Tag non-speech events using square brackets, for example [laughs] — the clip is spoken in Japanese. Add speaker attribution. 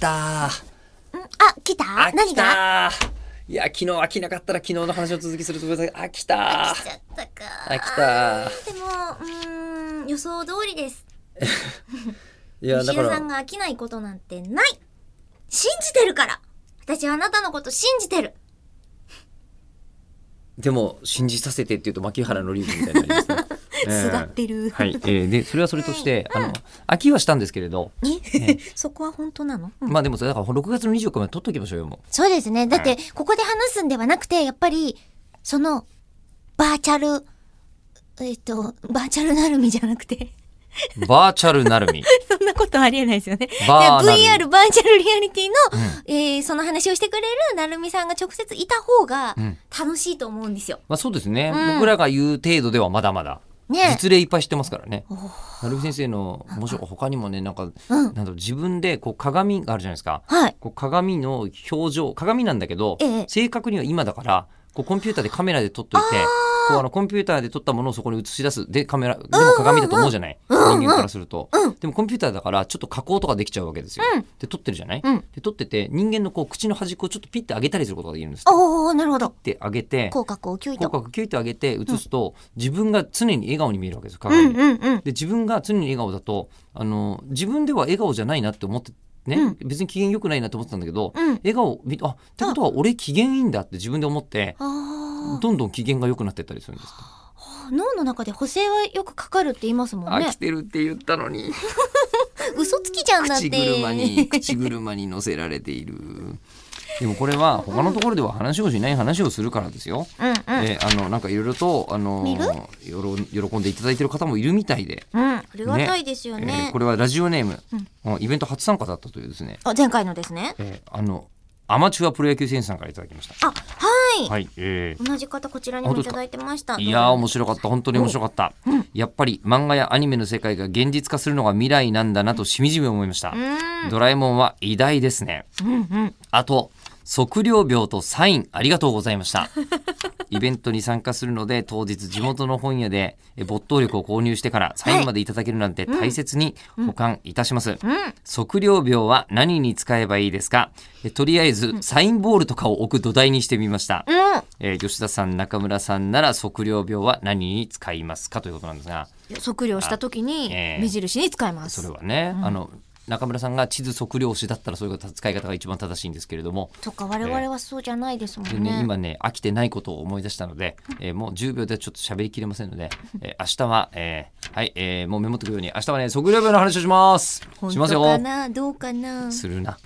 Speaker 1: た。
Speaker 2: あ、来た
Speaker 1: あ、
Speaker 2: 何
Speaker 1: 来
Speaker 2: が
Speaker 1: た。いや、昨日飽きなかったら昨日の話を続きするとごめんなさい。飽きた。
Speaker 2: 来ちゃったか。
Speaker 1: 飽きた。
Speaker 2: でも、うーん、予想通りです。
Speaker 1: いや、
Speaker 2: 西
Speaker 1: だ
Speaker 2: 田
Speaker 1: か
Speaker 2: さ
Speaker 1: ら
Speaker 2: ん、が飽きないことなんてない信じてるから私あなたのこと信じてる
Speaker 1: でも、信じさせてって言うと、牧原のリーみたいになりま
Speaker 2: [laughs]
Speaker 1: すね。
Speaker 2: すがってる
Speaker 1: えーはい、えーで、それはそれとして、あの、飽きはしたんですけれど。
Speaker 2: [laughs] え [laughs] そこは本当なの、うん
Speaker 1: まあ、でも、それだから、6月の24日まで取っときましょうよ、も
Speaker 2: そうですね。だって、ここで話すんではなくて、やっぱり、その、バーチャル、えっと、バーチャルなるみじゃなくて、
Speaker 1: う。バーチャルなる
Speaker 2: [laughs]
Speaker 1: み。
Speaker 2: そんなことありえないですよね。
Speaker 1: バーなるみ
Speaker 2: VR、バーチャルリアリティの、
Speaker 1: ん
Speaker 2: えーその話をしてくれるなるみさんが直接いた方が
Speaker 1: ん、
Speaker 2: 楽しいと思うんですよ。
Speaker 1: まあ、そうですね、
Speaker 2: うん
Speaker 1: 僕らが言う程度では、まだまだ。
Speaker 2: ね
Speaker 1: 実例いっぱい知ってますからね
Speaker 2: お。
Speaker 1: なるみ先生の、もし他にもね、なんか、
Speaker 2: うん
Speaker 1: なんだろう、自分で、こう、鏡があるじゃないですか。
Speaker 2: はい。
Speaker 1: こう鏡の表情鏡なんだけど、
Speaker 2: ええ
Speaker 1: 正確には今だからこうコンピューターでカメラで撮っといてこうあのコンピューターで撮ったものをそこに映し出すでカメラでも鏡だと思うじゃない、人間からすると、
Speaker 2: うん
Speaker 1: でもコンピューターだからちょっと加工とかできちゃうわけですよ、
Speaker 2: うん
Speaker 1: で撮ってるじゃない、
Speaker 2: うん
Speaker 1: で撮ってて人間のこう口の端っこをちょっとピッて上げたりすることができるんです
Speaker 2: おー、なるほど。
Speaker 1: ピッて上げて
Speaker 2: 口角をキュイ
Speaker 1: 口
Speaker 2: と。
Speaker 1: 角キュイって上げて映すと、自分が常に笑顔に見えるわけですよ
Speaker 2: う
Speaker 1: 鏡に、
Speaker 2: んうんうん。
Speaker 1: で自分が常に笑顔だとあの自分では笑顔じゃないなって思ってね、
Speaker 2: う
Speaker 1: 別に機嫌良くないなって思ってたんだけど、
Speaker 2: うん
Speaker 1: 笑顔みあってことは俺機嫌いいんだって自分で思って
Speaker 2: あ
Speaker 1: どんどん機嫌が良くなってったりするんですって
Speaker 2: ー脳の中で補正はよくかかるって言いますもんね
Speaker 1: 飽き。てるって言ったのに
Speaker 2: [laughs] 嘘つきじゃんだって。
Speaker 1: 口車
Speaker 2: [laughs]
Speaker 1: に口車に乗せられているでもこれは他のところでは話をしない話をするからですよ、
Speaker 2: うんうん。
Speaker 1: えあのなんかいろいろとあの
Speaker 2: 見る
Speaker 1: よろ喜んでいただいてる方もいるみたいで、
Speaker 2: うん。ありがたいですよね。
Speaker 1: えーこれはラジオネーム、うんイベント初参加だったというですね
Speaker 2: あ前回のですね。
Speaker 1: えーあのアマチュアプロ野球選手さんからいただきました。
Speaker 2: あ、はい。
Speaker 1: はい、えー
Speaker 2: 同じ方こちらにもいただいてました。
Speaker 1: いやー面
Speaker 2: 白
Speaker 1: 白かった本当に面白かった、やっぱり漫画やアニメの世界が現実化するのが未来なんだなとしみじみ思いました、
Speaker 2: うん
Speaker 1: ドラえもんは偉大ですね
Speaker 2: うん
Speaker 1: あと測量病とサインありがとうございました
Speaker 2: [laughs]
Speaker 1: イベントに参加するので当日地元の本屋でえ没頭力を購入してからサインまでいただけるなんて大切に保管いたします、
Speaker 2: うんうん。
Speaker 1: 測量病は何に使えばいいですかえとりあえずサインボールとかを置く土台にしてみました、
Speaker 2: うん、
Speaker 1: えー吉田さん中村さんなら測量病は何に使いますかということなんですが
Speaker 2: 測量した時に
Speaker 1: あええ
Speaker 2: 目印に使いま
Speaker 1: そ
Speaker 2: す。
Speaker 1: れはね、あの中村さんが地図測量士だったらそういう使い方が一番正しいんですけれども。
Speaker 2: とか我々はそうじゃないですも
Speaker 1: で
Speaker 2: ん
Speaker 1: ね
Speaker 2: ね。
Speaker 1: 今ね飽きてないことを思い出したので、えーもう10秒ではちょっと喋りきれませんので、えー明日は、えーはい、えーもうメモってくるように明日はね測量病の話をします
Speaker 2: 本
Speaker 1: します
Speaker 2: 当か
Speaker 1: よ
Speaker 2: などうかな。
Speaker 1: するな